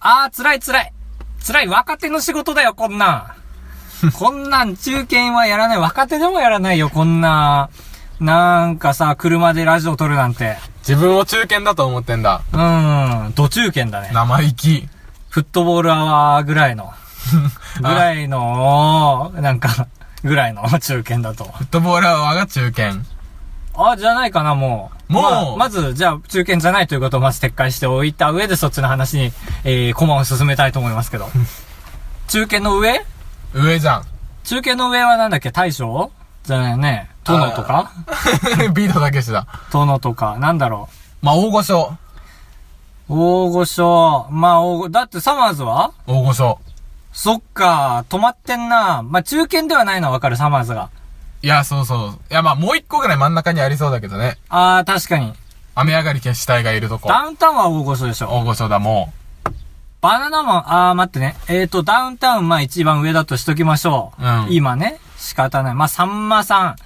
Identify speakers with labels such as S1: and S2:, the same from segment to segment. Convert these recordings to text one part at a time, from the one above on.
S1: あー、辛い辛い。辛い若手の仕事だよ、こん なん。こんなん中堅はやらない。若手でもやらないよ、こんな。なんかさ、車でラジオ撮るなんて。
S2: 自分を中堅だと思ってんだ。
S1: うーん、土中堅だね。
S2: 生意気。
S1: フットボールアワーぐらい の。ぐらいの、なんか、ぐらいの中堅だと。
S2: フットボールアワーが中堅。
S1: あ、じゃないかな、もう。
S2: もう
S1: まあまず、じゃあ、中堅じゃないということをまず撤回しておいた上で、そっちの話に、えー、コマを進めたいと思います けど。中堅の上
S2: 上じゃん。
S1: 中堅の上はなんだっけ大将じゃないよね。殿とか
S2: ビートたけしだ。
S1: 殿とか、なんだろ
S2: まあ、大御所。
S1: う。大御所。まあ、大御、だってサマーズは
S2: 大御所。
S1: そっか、止まってんな。まあ、中堅ではないのはわかる、サマーズが。
S2: いや、そうそう。いや、まあ、もう一個ぐらい真ん中にありそうだけどね。
S1: あー、確かに。
S2: 雨上がり決死隊がいるとこ。
S1: ダウンタウンは大御所でしょ。
S2: 大御所だ、も
S1: バナナマン、あー、待ってね。えーと、ダウンタウン、まあ一番上だとしときましょう。
S2: うん
S1: 今ね、仕方ない。まあ、さんまさん。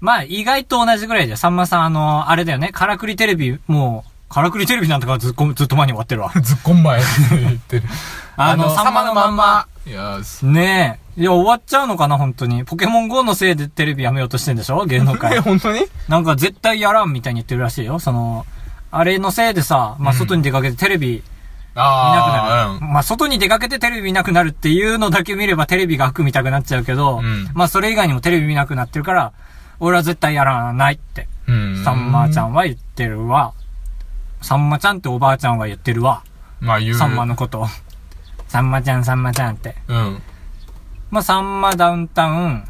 S1: まあ、意外と同じぐらいだよ。さんまさん、あの、あれだよね。カラクリテレビ、もう、カラクリテレビなんとかずっこずっと前に終わってるわ。
S2: う。ずっこんまえ。言ってる。
S1: あの、さんまのまんま。。
S2: よし。
S1: ねえ。いや、終わっちゃうのかな、本当に。ポケモン GO のせいでテレビやめようとしてんでしょ芸能
S2: え、
S1: 界。
S2: 本当に
S1: なんか絶対やらんみたいに言ってるらしいよ。その、あれのせいでさ、まあ、
S2: うん
S1: 外に出かけてテレビ、見
S2: あ
S1: な
S2: あ、
S1: くなる。まあ、外に出かけてテレビ見なくなるっていうのだけ見ればテレビが悪見たくなっちゃうけど、
S2: うん
S1: まあ、それ以外にもテレビ見なくなってるから、俺は絶対やらないって、
S2: うん。うん。
S1: さんまちゃ
S2: ん。
S1: んは言ってるわ。さんまちゃんっておばあちゃんは言ってるわ。
S2: まあ、言う。
S1: さんまのことを。さんまちゃん、さんまちゃんって。
S2: うん。
S1: まあ、さんまダウンタウン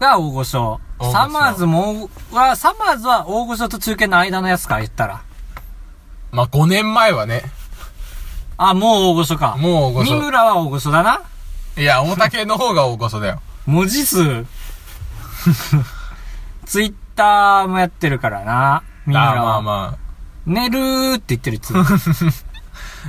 S1: が大御所。
S2: 大御所
S1: サマーズも、は、サマーズは大御所と中堅の間のやつか、言ったら。
S2: まあ、5年前はね。
S1: あ、もう大御所か。
S2: もう大御所
S1: 三村は大御所だな。
S2: いや、大竹の方が大御所だよ。
S1: 文字 数。ツイッターもやってるからな。みんな
S2: ああ、まあ
S1: は。
S2: ま
S1: 寝るーって言ってる、いつ も。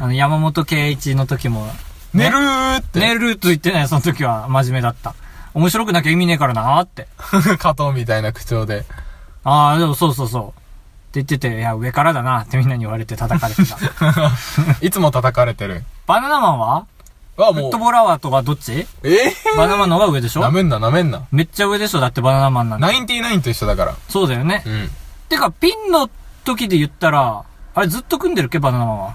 S1: あの、山本圭一の時も。
S2: あ。寝るーって。
S1: 寝るーって言ってない、その時は真面目だった。面白くなきゃ意味ねえからなーって。
S2: 加藤みたいな口調で。
S1: ああ、でもそうそうそう。って言ってて、いや、上からだなってみんなに言われて叩かれて た。
S2: いつも叩かれてる。
S1: バナナマンはフ
S2: わ、も
S1: ッ
S2: う
S1: ト。ボーラワーとかどっち
S2: え
S1: バナナマンの方が上でし
S2: ぇ
S1: ょ
S2: なめんな、なめんな。
S1: めっちゃ上でしょだってバナナマンなんて。
S2: ナインティナインと一緒だから。
S1: そうだよね。
S2: うん。
S1: てか、ピンの時で言ったら、あれずっと組んでるっけバナナマンは。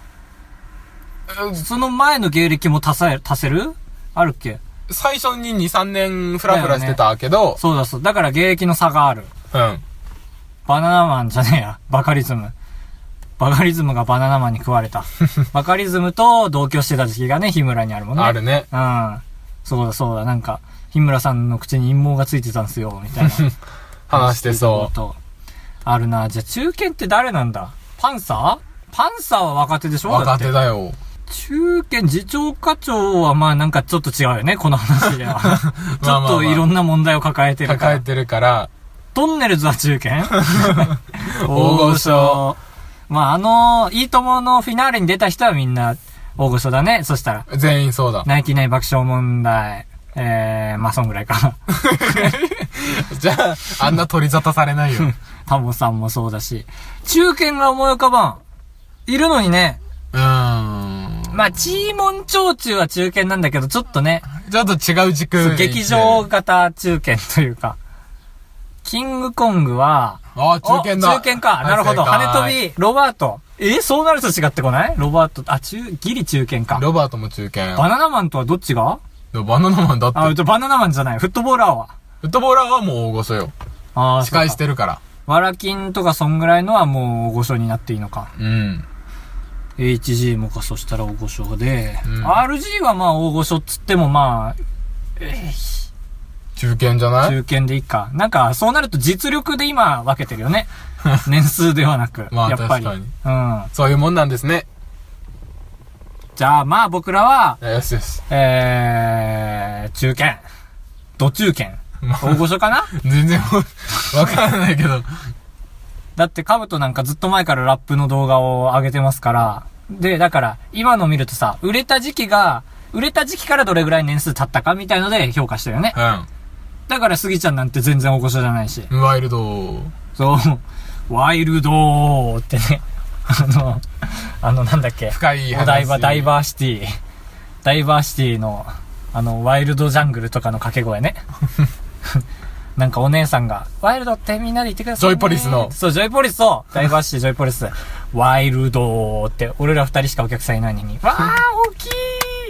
S1: その前の芸歴も足せ、足せるあるっけ
S2: 最初に2、3年フラフラしてたけど、
S1: そうだそう。だから芸歴の差がある。
S2: うん。
S1: バナナマンじゃねえや。バカリズム。バカリズムがバナナマンに食われた。バカリズムと同居してた時期がね、日村にあるもんね。
S2: あるね。
S1: うん。そうだそうだ、なんか、日村さんの口に陰謀がついてたんすよ、みたいな。
S2: 話してそ
S1: と。あるな。じゃあ中堅って誰なんだパンサーパンサーは若手でし
S2: う。
S1: ょ
S2: 若
S1: だ
S2: 手
S1: って
S2: だよ。
S1: 中堅、次長課長はまあなんかちょっと違うよね、この話では。ち
S2: まあまあ
S1: ょ
S2: まあ
S1: っといろんな問題を抱えてるから。
S2: 抱えてるから、
S1: トンネルズは中 堅
S2: 大御所。
S1: まああの、いいとものフィナーレに出た人はみんな大御所だね。そしたら。
S2: 全員そうだ。
S1: ナインティナイン爆笑問題。えー、まあそんぐらいか。
S2: じゃあ、あんな取り沙汰されないよ。
S1: タモさんもそうだし。中堅が思い浮かばん。いるのにね。
S2: うーん。
S1: まあ、チーモン長中は中堅なんだけど、ちょっとね、
S2: ちょっと違う軸に行ってる。
S1: 劇場型中堅というか。キングコングは、
S2: あ、中堅だ。
S1: お中堅か。なるほど。跳ね飛び、ロバート。えそうなると違ってこないロバート、あ、中、ギリ中堅か
S2: び。ロバートも中堅よ。
S1: バナナマンとはどっちが
S2: でもバナナマンだって。
S1: あ、うとバナナマンじゃない。フットボーラーは。
S2: フットボーラーはもう大御所よ。
S1: ああ、
S2: 司会し
S1: そうか。
S2: てるから。
S1: わらきんとかそんぐらいのはもう大御所になっていいのか。
S2: うん。
S1: HG もかそしたら大御所で、
S2: うん
S1: RG はまあ大御所っつってもまあ、え
S2: 中堅じゃ
S1: ー
S2: ない
S1: 中堅でいいか。なんか、そうなると実力で今分けてるよ ね。年数ではなく。
S2: まあ
S1: やっぱり。
S2: 確
S1: うん。
S2: そういうもんなんですね。
S1: じゃあまあ僕らは、
S2: よしよし。
S1: えー、中堅。土中堅。
S2: ま
S1: 大御所かな
S2: 全然 わからないけど。
S1: だってカブトなんかずっと前からラップの動画を上げてますから。で、だから、今の見るとさ、売れた時期が、売れた時期からどれぐらい年数経ったかみたいので評価したよね。だからスギちゃんなんて全然大御所じゃないし。
S2: うん。ワイルド。
S1: そう。ワイルドーってね。あの、あの、なんだっけ。
S2: 深い話。
S1: お台場ダイバーシティ、ダイバーシティの、あの、ワイルドジャングルとかの掛け声ね。 なんかお姉さんが、ワイルドってみんなで言ってください、ね。
S2: ジョイポリスの
S1: そう、ジョイポリスと、ダイバーシティジョイポリス。ワイルドーって、俺ら二人しかお客さんいないのに、わー、大きい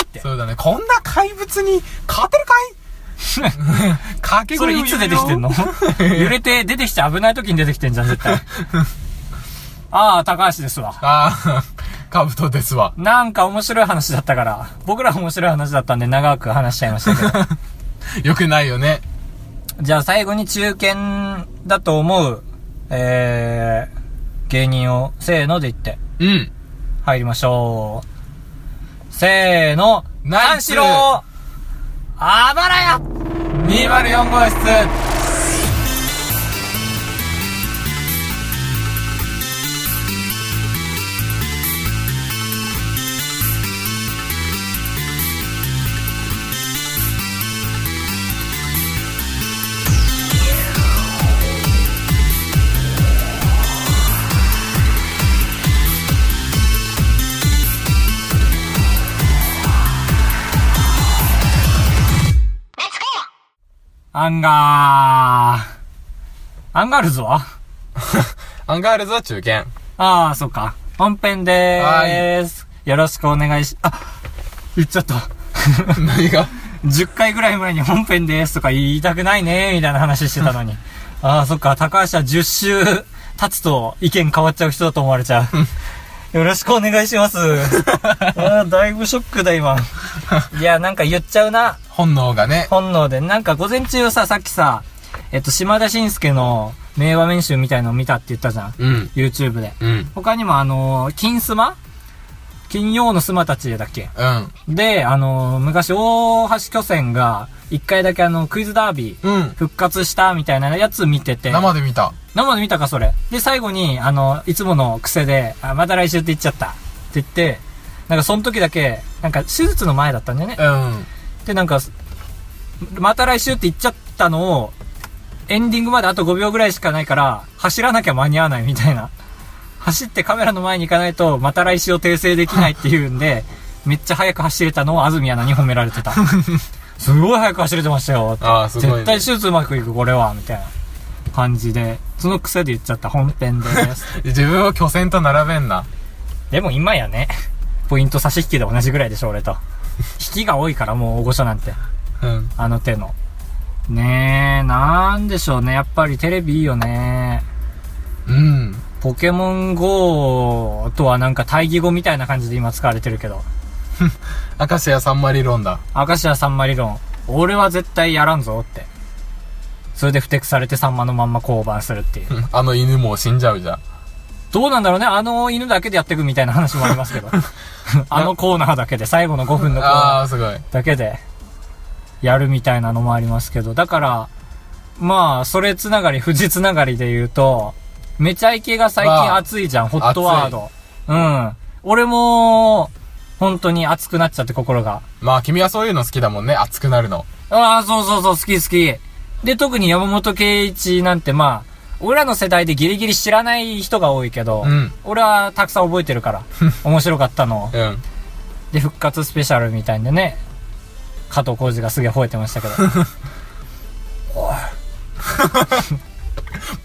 S1: って。
S2: そうだね。こんな怪物に勝てるかい 掛け
S1: そ
S2: 声
S1: れ
S2: を
S1: い
S2: 言う
S1: つ出
S2: よ
S1: てきてんの 揺れて、出てきて危ない時に出てきてんじゃん、絶対。あー、高橋ですわ。
S2: ああ、カブトですわ。
S1: なんか面白い話だったから、僕ら面白い話だったんで長く話しちゃいましたけど。
S2: よくないよね。
S1: じゃあ最後に中堅だと思う、えー、芸人を、せーので言って、
S2: うん。
S1: 入りましょう。せーの、
S2: ナイス
S1: 三四郎あばらや
S2: 204号室
S1: アンガー。アンガールズは
S2: アンガールズは中堅。
S1: あー、そうか。本編でーす。よろしくお願いし、あ、言っちゃった。
S2: 何が
S1: 10回ぐらい前に本編ですとか言いたくないねみたいな話してたのに。ああ、そっか、高橋は10週経つと意見変わっちゃう人だと思われちゃ う。よろしくお願いします。ああ、だいぶショックだ、今。 いや、なんか言っちゃうな、
S2: 本能がね。
S1: 本能で。なんか午前中さ、さっきさ、えっと、島田紳介の名場面集みたいのを見たって言ったじゃん。
S2: うん。
S1: YouTube で。
S2: うん。うん。
S1: 他にもあのー金スマ金曜のスマたちだっけで、あの、昔、大橋巨船が、一回だけあの、クイズダービー、
S2: うん。
S1: 復活したみたいなやつ見てて、
S2: 生で見た。
S1: 生で見たか、それ。で、最後に、あの、いつもの癖で、あ、また来週って言っちゃった。って言って、なんか、その時だけ、なんか、手術の前だったんだよね。
S2: うん。
S1: で、なんか、また来週って言っちゃったのを、エンディングまであと5秒ぐらいしかないから、走らなきゃ間に合わないみたいな。走ってカメラの前に行かないと、また来週を訂正できないっていうんで、めっちゃ速く走れたのを安住アナに褒められてた。すごい速く走れてましたよ。
S2: ああ、すごい、ね。
S1: 絶対手術うまくいく、これは。みたいな感じで。その癖で言っちゃった本編です。
S2: 自分を巨船と並べんな。
S1: でも今やね、ポイント差し引きで同じぐらいでしょ、俺と。引きが多いから、もう大御所なんて。
S2: うん。
S1: あの手の。ねえ、なんでしょうね。やっぱりテレビいいよね。
S2: うん。
S1: ポケモン GO とはなんか対義語みたいな感じで今使われてるけど。
S2: 明石家さんま理論だ。
S1: 明石家さんま理論。俺は絶対やらんぞって。それで不適されてさんまのまんま降板するっていう。
S2: うんあの犬もう死んじゃうじゃん。
S1: どうなんだろうねあの犬だけでやっていくみたいな話もありますけど。あのコーナーだけで、最後の5分のコーナー
S2: ああ、すごい。
S1: だけでやるみたいなのもありますけど、だから、まあ、それつながり、富士つながりで言うと、めちゃイケが最近熱いじゃん、ホットワード。うん。俺も、本当に熱くなっちゃって心が。
S2: まあ、君はそういうの好きだもんね。熱くなるの。
S1: ああ、そうそうそう、好き好き。で、特に山本圭一なんてまあ、俺らの世代でギリギリ知らない人が多いけど、
S2: うん。
S1: 俺はたくさん覚えてる から、面白かったのを。
S2: うん。
S1: で、復活スペシャルみたいんでね、加藤浩次がすげえ吠えてましたけど。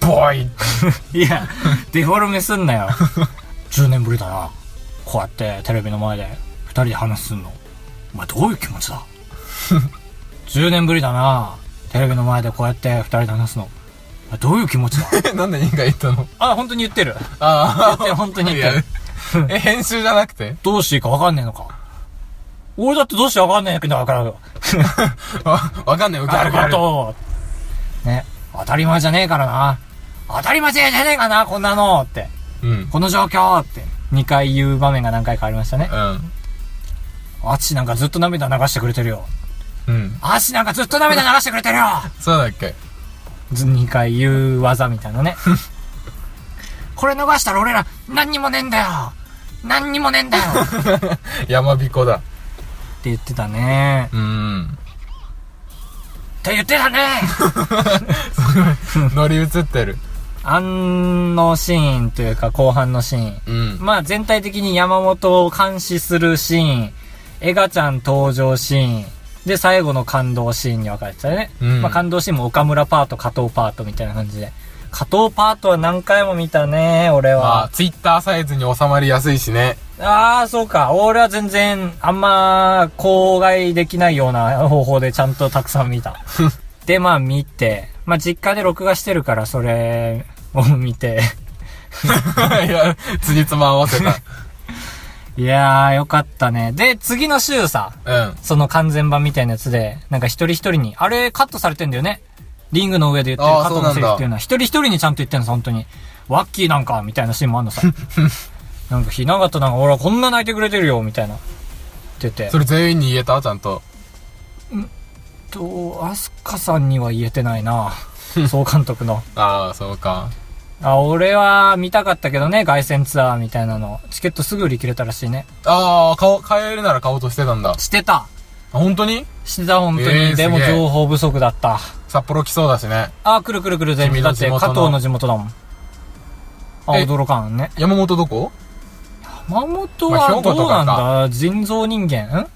S2: ボイ
S1: いや、デフォルメすんなよ。10年ぶりだな。こうやってテレビの前で二人で話すんの。お前どういう気持ち だ ?10 年ぶりだな。テレビの前でこうやって二人で話すの。お前どういう気持ちだ
S2: なんで人が言ったの
S1: あ、本当に言ってる。
S2: あ
S1: 言ってる本当
S2: あ。
S1: に言ってる。
S2: え、編集じゃなくて
S1: どうしていいかわかんねえのか。俺だってどうしてわかんねえんだから。
S2: わ、わかんないよ、ギ
S1: あ
S2: ャ
S1: る
S2: ルギャ
S1: か
S2: ル。
S1: と。ね。当たり前じゃねえからな。当たり前じゃねえかな、こんなのって。
S2: うん。うん。
S1: この状況って。2回言う場面が何回かありましたね。アチなんかずっと涙流してくれてるよ。
S2: うん。
S1: アチなんかずっと涙流してくれてるよ
S2: そうだっけ
S1: ず2回言う技みたいなね。 これ逃したら俺ら何にもねえんだよ何にもねえんだよって
S2: 山彦だ。
S1: 言ってたね。
S2: うん。
S1: って言ってたね
S2: 乗り移ってる。
S1: あのシーンというか後半のシーン。
S2: うん。
S1: まあ全体的に山本を監視するシーン、エガちゃん登場シーン、で最後の感動シーンに分かれてたよね。
S2: うん
S1: まあ感動シーンも岡村パート、加藤パートみたいな感じで。加藤パートは何回も見たね、俺
S2: まあ、
S1: は。
S2: ツイッターサイズに収まりやすいしね。
S1: ああ、そうか。俺は全然、あんま、口外できないような方法でちゃんとたくさん見 た。で、まあ見て、まあ実家で録画してるから、それを見て。
S2: いや、つじつま合わせた。
S1: いやー、よかったね。で、次の週さ、
S2: うん。
S1: その完全版みたいなやつで、なんか一人一人に、あれカットされてんだよね。リングの上で言って
S2: あ
S1: る
S2: ー
S1: カットのセリフっていうのは、一人一人にちゃんと言ってんのさ、本当に。ワッキーなんか、みたいなシーンもあん のさ。なんか、ひながたなんか、俺はこんな泣いてくれてるよ、みたいな。って言って。
S2: それ全員に言えたちゃんと。
S1: と、アスカさんには言えてないな。総監督の。
S2: ああ、そうか。
S1: あ、俺は見たかったけどね、凱旋ツアーみたいなの。チケットすぐ売り切れたらしいね。
S2: ああ、顔、買えるなら買おうとしてたんだ。あ
S1: してた
S2: 本当に
S1: してた、本当に。
S2: えーすげ
S1: で
S2: え
S1: も情報不足だった。
S2: 札幌来そうだしね。
S1: あ、来る来る来る、全部。
S2: 君
S1: だ
S2: の
S1: って、
S2: 地
S1: 加
S2: 元の
S1: 藤の地元だもん。あ、
S2: え
S1: 驚かんね。
S2: 山本どこ
S1: 熊本
S2: まあ兵
S1: は
S2: 庫と
S1: ど
S2: かか
S1: うなんだ人造人間ん
S2: ん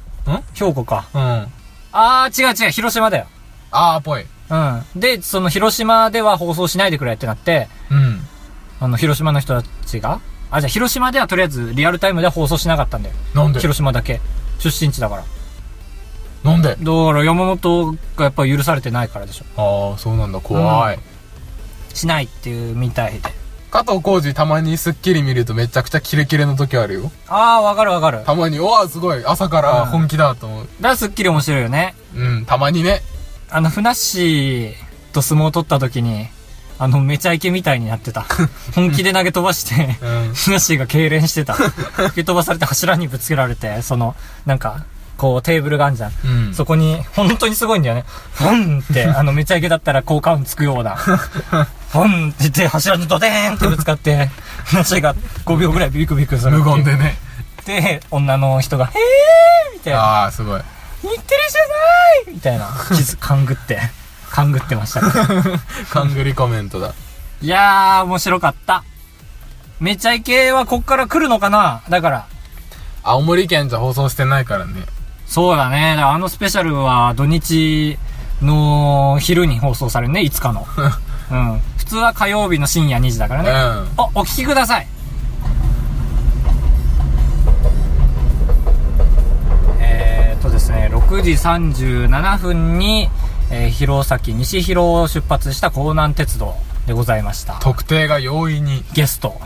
S1: 兵庫か。
S2: うん。あ
S1: あー、違う違う、広島だよ。
S2: あ、ぽい。
S1: うん。で、その広島では放送しないでくれってなって、
S2: うん。
S1: あの、広島の人たちが、あ、じゃあ広島ではとりあえずリアルタイムでは放送しなかったんだよ。
S2: なんで
S1: 広島だけ。出身地だから。だか
S2: なんで
S1: ら山本がやっぱ許されてないからでしょ。
S2: ああ、そうなんだ、怖い。
S1: しないっていうみたいで。
S2: 加藤浩二たまにスッキリ見るとめちゃくちゃキレキレの時あるよ。
S1: あー、わかるわかる。だか
S2: たまに、おわ、すごい、朝から本気だと思う。
S1: らすっきり面白いよね。
S2: うん、たまにね。
S1: あの、ふなっしーと相撲を取った時に、あの、めちゃイケみたいになって た。本気で投げ飛ばして、
S2: うん。
S1: ふなっしーが痙攣してた。吹き飛ばされて柱にぶつけられて、その、なんか、こうテーブルがあんじゃん。
S2: うん。
S1: そこに、本当にすごいんだよね。フンって、あの、めちゃイケだったら効果音つくような。フンって言って、柱にドデーンってぶつかって、ふなっしーが5秒ぐらいビクビクする。
S2: 無言でね。
S1: で、女の人が、へーみたいな。
S2: ああ、すごい。
S1: 日テレじゃないみたいな。傷、勘ぐって、勘ぐってました。
S2: カングリコメントだ。
S1: いやー、面白かった。めちゃイケはこっから来るのかなだから。
S2: 青森県じゃ放送してないからね。
S1: そうだね。だからあのスペシャルは土日の昼に放送されるね、いつかの。うん。普通は火曜日の深夜2時だから
S2: う
S1: ね。
S2: ん。
S1: お、お聞きください。えーっとですね、6時37分に、えー弘前、西広を出発した江南鉄道でございました。
S2: 特定が容易に。
S1: ゲスト。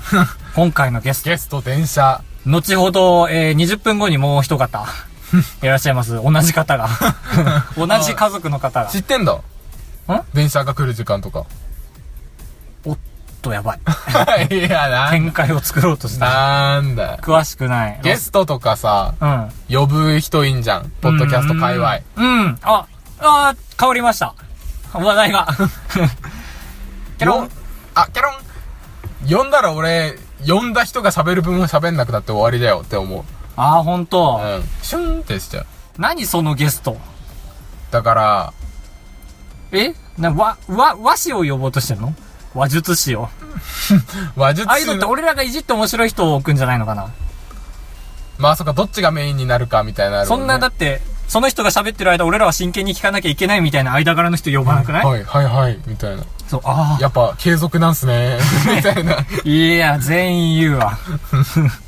S1: 今回のゲスト。
S2: ゲスト、電車。
S1: 後ほど、えー、20分後にもう一方、いらっしゃいます。同じ 方が。同じ家族の方が。
S2: 知ってんだん電車が来る時間とか。
S1: おっと、 やばい。
S2: いや、なん、
S1: 展開を作ろうとした。
S2: なんだよ。
S1: 詳しくない。
S2: ゲストとかさ、
S1: うん。
S2: 呼ぶ人いいんじゃん。ポッドキャスト界隈。
S1: うん。うん。あ、あー変わりました。話題 が。けど
S2: よ、あ、キャロン呼んだら俺、呼んだ人が喋る分は喋んなくなって終わりだよって思う。
S1: あー、ほんと
S2: う。ん。シュンってしちゃう。
S1: 何そのゲスト。
S2: だから、
S1: えな、わ、わ、和紙を呼ぼうとしてんの話術師を。
S2: 話術
S1: ああいうのって俺らがいじって面白い人を置くんじゃないのかな。
S2: まあそっか、どっちがメインになるかみたいなのあるも
S1: そ
S2: ね、
S1: んな、だって、その人が喋ってる間、俺らは真剣に聞かなきゃいけないみたいな間柄の人呼ばなくない、
S2: はい、はい、はい、みたいな。
S1: そう、あ
S2: やっぱ、継続なんすね。みたいな。
S1: あ。いや、全員言うわ。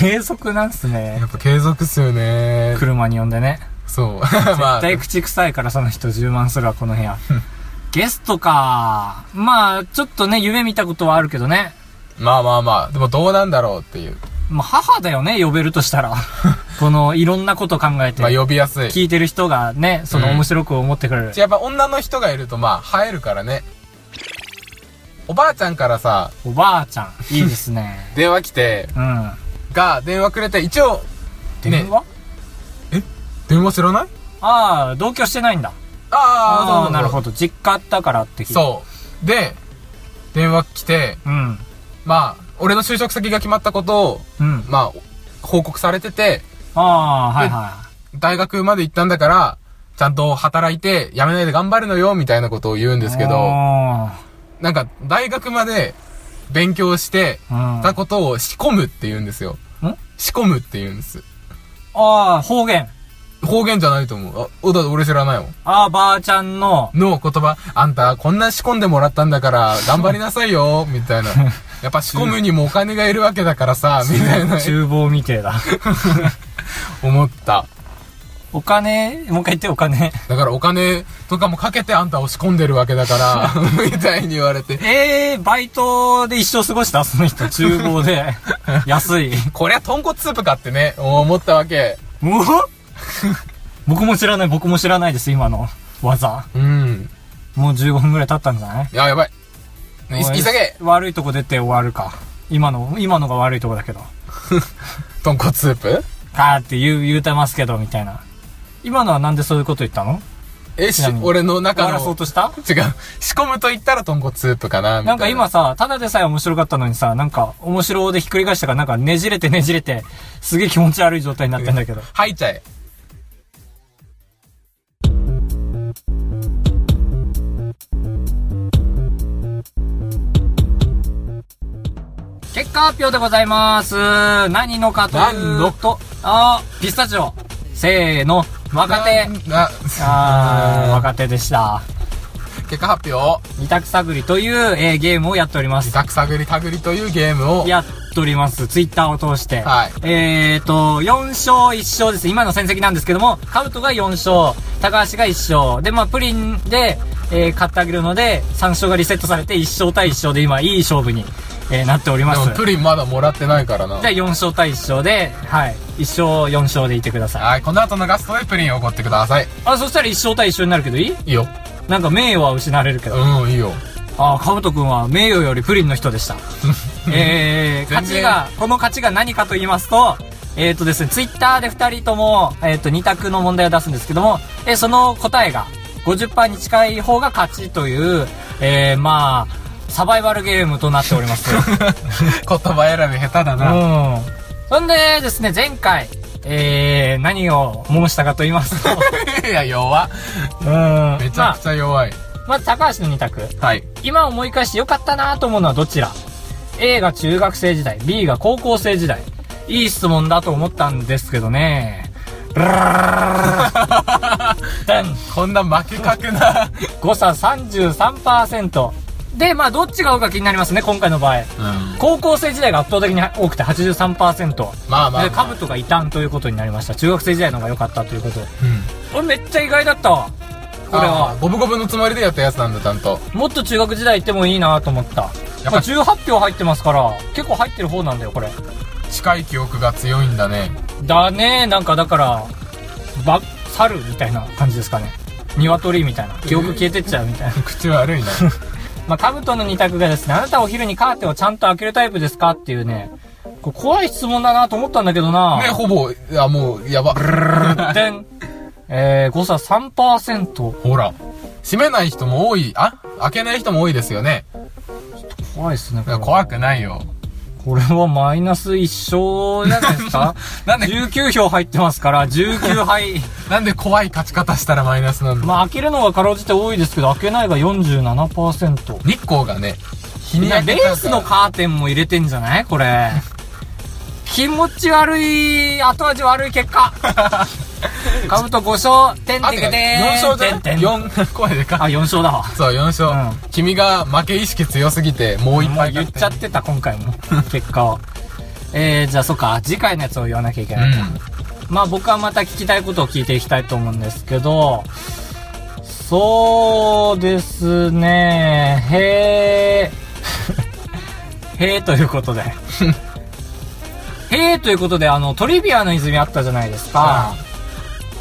S1: 継続なんすね
S2: や。っぱ継続っすよね。
S1: 車に呼んでね。
S2: そう。 ま
S1: 絶、
S2: あ
S1: 対口臭いからその人10万するわ、この 部屋。ゲストか。まあ、ちょっとね、夢見たことはあるけどね。
S2: まあまあまあ、でもどうなんだろうっていう。
S1: まあ、母だよね、呼べるとした ら。この、いろんなこと考えて
S2: まあ、、呼びやすい。
S1: 聞いてる人がね、その
S2: うん
S1: 面白く思ってくれる。
S2: やっぱ女の人がいるとまあ、映えるからね。おばあちゃんからさ、。
S1: おばあちゃん、いいですね
S2: 電話来て、
S1: うん。
S2: が、電話くれて、一応、
S1: 電話、
S2: 電話知らない
S1: ああ、同居してないんだ。あ
S2: あ
S1: あー、なるほど。実家だからって聞いた。
S2: そう。で、電話来て、
S1: う。うん。
S2: まあ、俺の就職先が決まったことを、
S1: うん。
S2: まあ、報告されてて、
S1: ああ、はいは
S2: 大学まで行ったんだから、ちゃんと働いて、辞めないで頑張るのよ、みたいなことを言うん
S1: い。
S2: ですけ
S1: お
S2: ど、
S1: ー
S2: なんか、大学まで勉強して
S1: うん
S2: たことを仕込むって言うんですよ。
S1: ん
S2: 仕込むって言うんです。
S1: ああ、方言。
S2: 方言じゃないと思う。あ、おだって俺知らないもん。
S1: ああ、ばあちゃん の、
S2: の言葉、あんたこんな仕込んでもらったんだから頑張りなさいよ、みたいな。 やっぱ仕込むにもお金がいるわけだからさ、みたいな
S1: 厨房みてえだ。
S2: 思った。
S1: お金、もう一回言ってお金。
S2: だからお金とかもかけてあんたを仕込んでるわけ だから、みたいに言われて。
S1: ええー、バイトで一生過ごしたその人、厨房 で。安い。
S2: こりゃ豚骨スープかってね、思ったわけ。
S1: うわ 僕も知らない、僕も知らないです、今の技。
S2: うん。
S1: もう15分ぐらい経ったんじゃない
S2: いや、やばい。ね
S1: おい
S2: い、急げ
S1: 悪いとこ出て終わるか。今の、今のが悪いとこだけど。
S2: 豚骨スープ
S1: かーって言う、言うてますけど、みたいな。今のはなんでそういうこと言ったの
S2: え、し
S1: なみに
S2: 俺の
S1: 終
S2: 中
S1: わら
S2: の
S1: そう、とした
S2: 違う。仕込むと言ったら豚骨スープかな、みた
S1: ない
S2: な。
S1: んか今、さ、ただでさえ面白かったのにさ、なんか面白でひっくり返したからなんかねじれてねじれて、すげえ気持ち悪い状態になってんだけど。
S2: 吐いちゃえ。
S1: 結果発表でございます。何のかと
S2: 何
S1: い
S2: の
S1: うと、あー、ピスタチオ。せーの、若手。
S2: な、
S1: あー、
S2: な
S1: 若手でした。
S2: 結果発表。
S1: 二択探りという、えーゲームをやっておりま
S2: 自
S1: す。
S2: 宅探り探りというゲームを、
S1: やっております。ツイッターを通して。
S2: はい
S1: えーと、4勝1勝です。今の戦績なんですけども、カウトが4勝、高橋が1勝。で、まあ、プリンで、えー買ってあげるので、3勝がリセットされて、1勝対1勝で今、いい勝負に、えーなっておりま。
S2: ですもプリンまだもらってないからな
S1: じゃ。あ4勝対1勝で、はい。1勝4勝でいてください。
S2: はい、この後のガストでプリンを送ってください。
S1: あ、そしたら1勝対1勝になるけどいい
S2: いいよ。
S1: なんか名誉は失われるけど。
S2: うん、い いよ。
S1: ああ、かぶとくんは名誉よりプリンの人で した。えー、
S2: 全
S1: 価値
S2: 然
S1: が、この価値が何かと言いますと、えっ、ー、とですね、ツイッターで2人とも、えっ、と、2択の問題を出すんですけども、えーその答えが50%に近い方が勝ちという、えー、まあ、サバイバルゲームとなっており ます。
S2: 言葉選び下手だな。
S1: うん。そんでですね、前回、えー、何を申したかと言いますと、
S2: いや、弱。
S1: うん。ま
S2: めちゃく
S1: あ、
S2: ちゃ弱い。
S1: まず高橋の2択。
S2: はい。
S1: 今思い返して良かったなと思うのはどちら ?A が中学生時代、B が高校生時代。いい質問だと思ったんですけどね。ダン
S2: こんな負けかくな。
S1: 誤差33%。で、まあ、どっちが多いか気になりますね、今回の場合。
S2: うん。
S1: 高校生時代が圧倒的に多くて83%。
S2: まあまあまあ
S1: で、カブトが異端ということになりました。中学生時代の方が良かったということで。
S2: うん。
S1: 俺めっちゃ意外だったわ。これ
S2: あ
S1: は
S2: ー。五分五分のつもりでやったやつなんだ、ちゃんと。
S1: もっと中学時代行ってもいいなと思った。
S2: ぱ
S1: まあ、18票入ってますから、結構入ってる方なんだよ、これ。
S2: 近い記憶が強いんだね。
S1: だねなんかだから、ば、猿みたいな感じですかね。鶏みたいな。記憶消えてっちゃうみたいな。
S2: 口悪いな。
S1: まあ、カブトの二択がですね、あなたはお昼にカーテンをちゃんと開けるタイプですかっていうね、これ怖い質問だなと思ったんだけどな
S2: ね、ほぼ、あ、もう、やば。
S1: でん、えー、誤差3%。
S2: ほら。閉めない人も多い、あ開けない人も多いですよね。
S1: 怖いっすね、これは。
S2: 怖くないよ。
S1: これはマイナス1勝じゃないですか
S2: なんで
S1: ?19 票入ってますから、19敗。
S2: なんで怖い勝ち方したらマイナスなんだ。
S1: まあ、開けるのがかろうじて多いですけど、開けないが47%。
S2: 日光がね、日
S1: い
S2: に
S1: や、
S2: 焼け
S1: レ
S2: ちゃ
S1: ー
S2: うか
S1: ス
S2: ら
S1: のカーテンも入れてんじゃないこ れ。気持ち悪い、後味悪い結 果。カブト5勝、てん
S2: あ、
S1: て
S2: て
S1: け
S2: か、
S1: て
S2: 4勝じ
S1: てんて
S2: ゃ
S1: ん
S2: ん。4、声 で
S1: あ、
S2: か。
S1: 4勝だわ。
S2: そう、4勝、
S1: う
S2: 君が負け意識強すぎて、もう一
S1: もう
S2: 杯
S1: 言っちゃってた、今回 も。結果を。えー、じゃあそっか、次回のやつを言わなきゃいけ
S2: う
S1: ないか。
S2: ん。
S1: まあ僕はまた聞きたいことを聞いていきたいと思うんですけど、そうですね、へー、 へーということで。へーということで、あの、トリビアの泉あったじゃないですか。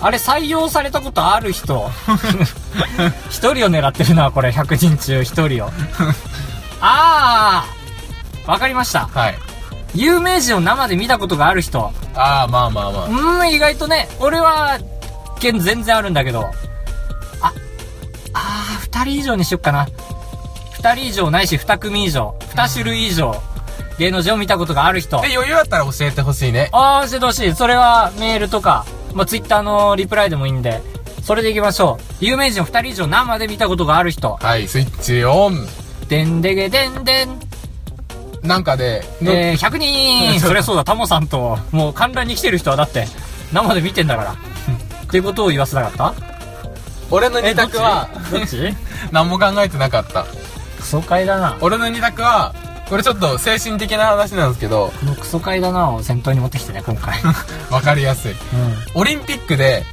S1: あれ採用されたことある人。 一人を狙ってるな、これ。100人中一人を。あー、わかりました。
S2: はい。
S1: 有名人を生で見たことがある人。
S2: ああ、まあまあまあ。
S1: うーん、意外とね、俺は、件全然あるんだけど。あ、あー、二人以上にしよっかな。二人以上ないし、二組以上。二種類以上。芸能人を見たことがある人。
S2: で、余裕あったら教えてほしいね。
S1: あー、してほしい。それはメールとか、まあ、ツイッターのリプライでもいいんで。それで行きましょう。有名人を二人以上生で見たことがある人。
S2: はい、スイッチオン。
S1: でんでげでんでん。
S2: なんかで、
S1: えー、100人 そりゃそうだ、タモさんと、もう観覧に来てる人はだって、生で見てんだから。 ってことを言わせなかった
S2: 俺の二択は、
S1: どっち
S2: 何も考えてなかった。
S1: クソ会だな。
S2: 俺の二択は、これちょっと精神的な話なんですけど、
S1: このクソ会だなを先頭に持ってきてね、今 回。
S2: わかりやすい。オリンピックで、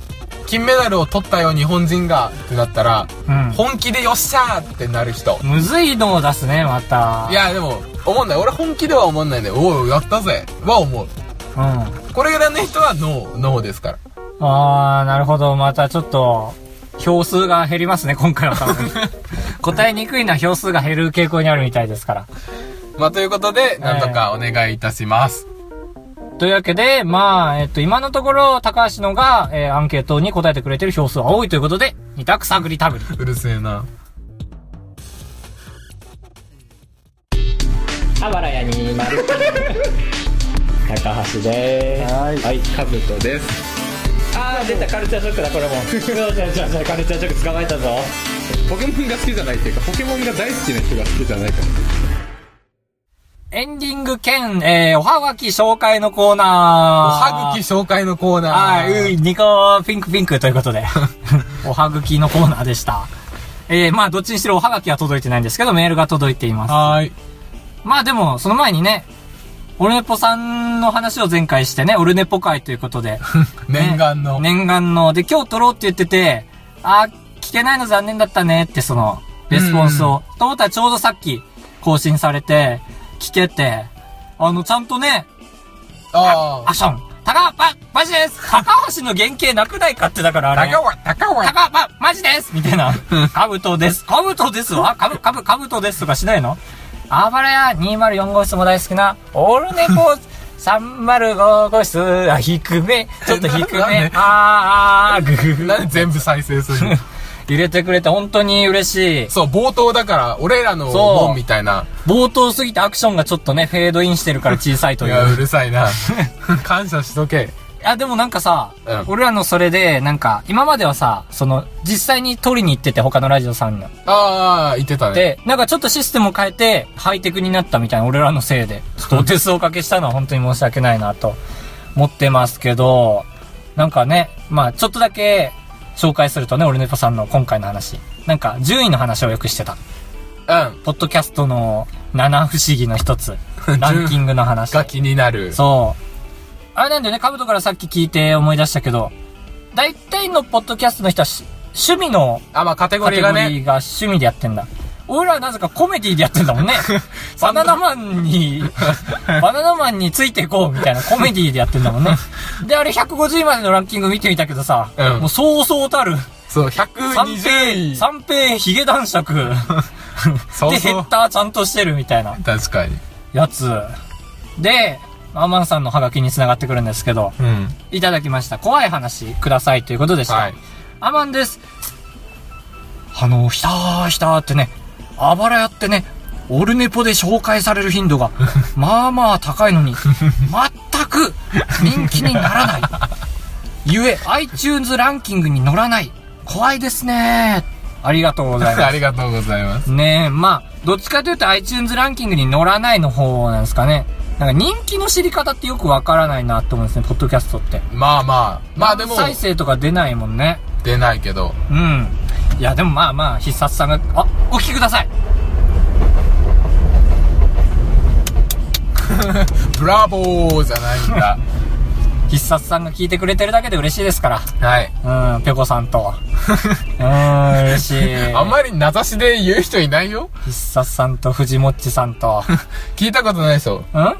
S2: 金メダルを取ったよ、日本人がってなったら、
S1: うん。
S2: 本気でよっしゃーってなる人。
S1: うん。むずいのを出すね、また。
S2: い、や、でも、思んない。俺本気では思んないんで、おお、やったぜは思う。
S1: うん。
S2: これぐらいの人はノー、ノーですから。
S1: あー、なるほど。またちょっと、票数が減りますね、今回は多 分。答えにくいのは票数が減る傾向にあるみたいですから。
S2: まあ、ということで、なんとかお願いいたします。
S1: というわけで、まあ、えっと、今のところ、高橋のが、えーアンケートに答えてくれてる票数は多いということで、二択探り探り。
S2: うるせえな。
S3: あばらやにまる。高橋です。はい。はい、かぶとです。あー出たカルチャーショックだこれも。そうそうそうそうカルチャーショック捕まえたぞ。
S4: ポケモンが好きじゃないっていうか、ポケモンが大好きな人が好きじゃないから。
S1: エンディング兼、えー、おはがき紹介のコーナー。お
S2: おはぐき紹介のコーナー。
S1: はい、うん、ニコピンクピンクとい うことで、おはぐきのコーナーでした。えー、まあ、どっちにしろおはがきは届いてないんですけど、メールが届いています。
S2: はーい。
S1: まあでも、その前にね、オルネポさんの話を前回してね、オルネポ会ということで、
S2: 念願の。
S1: ね念願の。で、今日撮ろうって言ってて、あー、聞けないの残念だったねって、その、レスポンスを。と思ったらちょうどさっき、更新されて、聞けて、あの、ちゃんとね、
S2: あ
S1: アクション、高橋、ば、マジです高橋の原型なくないかって、だからあ
S2: あ。
S1: れ。
S2: 高尾、高尾。
S1: 高橋、ば、マジですみたいな。カブトです。カブトですわ。カブ、カブ、カブトですとかしないのあばらや204号室も大好きな、オールネコ305号室、あ、低め、ちょっと低
S2: なん
S1: め
S2: で、
S1: あー、あー、ぐぐぐ。
S2: なんで全部再生す るの
S1: 入れてくれて本当に嬉しい。
S2: そう、冒頭だから、俺らの
S1: そう
S2: 本みたいな。
S1: 冒頭すぎてアクションがちょっとね、フェードインしてるから小さい
S2: い
S1: とい
S2: や、う
S1: う。
S2: るさい な。感謝しとけ。
S1: あ、でもなんかさ、
S2: うん
S1: 俺らのそれで、なんか、今まではさ、その、実際に取りに行ってて、他のラジオさんの。
S2: ああ、言ってたね。
S1: で、なんかちょっとシステムを変えて、ハイテクになったみたいな、俺らのせいで。ちょっとお手数をおかけしたのは本当に申し訳ないなと、思ってますけど、なんかね、まあちょっとだけ、紹介するとね、俺ネポさんの今回の話。なんか、順位の話をよくしてた。
S2: うん。
S1: ポッドキャストの七不思議の一 つ。ランキングの話。
S2: が気になる。
S1: そう。あれなんだよね、カブトからさっき聞いて思い出したけど、大体のポッドキャストの人はし趣味の
S2: あ、まあ、カテゴ
S1: カ
S2: リ
S1: テ
S2: ー
S1: ゴ
S2: が
S1: リ
S2: ね。
S1: ーが趣味でやってんだ。俺らはなぜかコメディでやってんだ もんね。バナナマンに、バナナマンについていこうみたいなコメディでやってんだもんね。 で、あれ150位までのランキング見てみたけどさ、
S2: うん
S1: もうそうそうたる。
S2: そう、
S1: 三
S2: 120
S1: 平、
S2: 位。
S1: 三平髭男爵。
S2: そう
S1: で、ヘ
S2: そ
S1: ッ
S2: う。
S1: ダーちゃんとしてるみたいな
S2: 確かに。
S1: やつ。で、アマンさんのハガキに繋がってくるんですけど、
S2: うん。
S1: いただきました。怖い話くださいということでした。
S2: はい。
S1: アマンです。あの、ひたーひたーってね、あばらやってね、オルネポで紹介される頻度 が、まあまあ高いのに、全く人気にならない。ゆえ、iTunes ランキングに乗らない。怖いですねありがとうござい
S2: あ
S1: ま
S2: りがとうございます。
S1: す。ねえ、まあ、どっちかというと iTunes ランキングに乗らないの方なんですかね。なんか人気の知り方ってよくわからないなって思うんですね、ポッドキャストって。
S2: まあまあ。まあでも、
S1: 再生とか出ないもんね。
S2: 出ないけど。
S1: うん。いや、でもまあまあ、必殺さんが、あ、お聞きください。
S2: ブラボーじゃないんだ。
S1: 必殺さんが聞いてくれてるだけで嬉しいですか
S2: はい。
S1: ら。うん、ぴょこさんと。 うん、嬉しい。
S2: あんまり名指しで言う人いないよ。
S1: 必殺さんと藤もっちさん と。
S2: 聞いたことないでし ょ。
S1: うん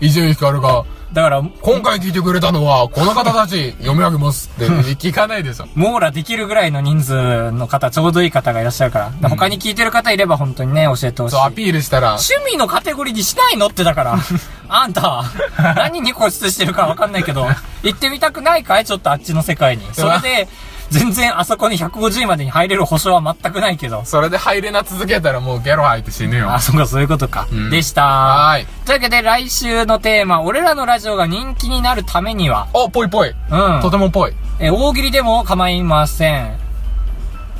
S2: 伊集院光が、
S1: だから、
S2: 今回聞いてくれたのは、この方たち、読み上げますって、聞かないでしょ。
S1: 網羅できるぐらいの人数の方、ちょうどいい方がいらっしゃるから。他に聞いてる方いれば本当にね、教えてほしい。
S2: そう、アピールしたら、
S1: 趣味のカテゴリーにしないのってだから。 あんた、何に固執してるかわかんないけど、行ってみたくないかいちょっとあっちの世界に。それで、全然あそこに150位までに入れる保証は全くないけど。
S2: それで入れな続けたらもうゲロ吐いて死ぬよ
S1: あ、。そうか、そういうことか。
S2: ん
S1: でした。
S2: はーい。
S1: というわけで来週のテーマ、俺らのラジオが人気になるためには、
S2: お、ぽいぽい。
S1: うん。
S2: とてもぽい。
S1: え、大喜利でも構いません。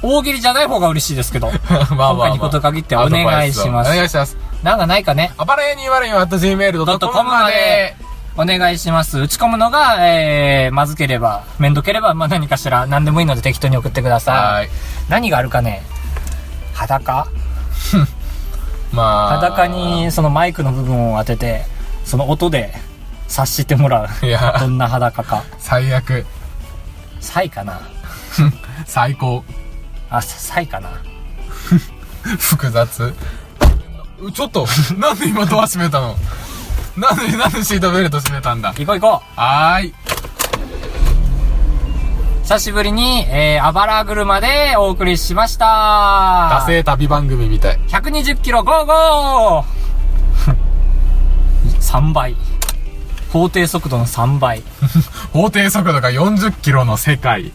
S1: 大喜利じゃない方が嬉しいですけど。
S2: まあまあ、
S1: 今回にこと限ってお願いします
S2: アドバイスをお願いします。
S1: なんかないかね
S2: あばらや204 at gmail.com
S1: .com
S2: ま
S1: ま
S2: で
S1: で。お願いします。打ち込むのが、えー、まずければ、めんどければ、まあ何かしら、何でもいいので適当に送ってくださ。
S2: はいい。
S1: 何があるかね裸
S2: まあ。
S1: 裸。にそのマイクの部分を当てて、その音で察してもらう。
S2: いや
S1: ど、んな裸か。
S2: 最悪。
S1: サイかな
S2: 最高。
S1: あ、サイかな
S2: 複雑。うちょっと、なんで今ドア閉めたのなんで、なんでシートベルト閉めたんだ
S1: 行こう行こう
S2: はーい。
S1: 久しぶりに、えー、あばら車でお送りしました
S2: 惰。性旅番組みたい。
S1: 120キロゴーゴー !3 倍。法定速度の3倍。
S2: 法定速度が40キロの世界。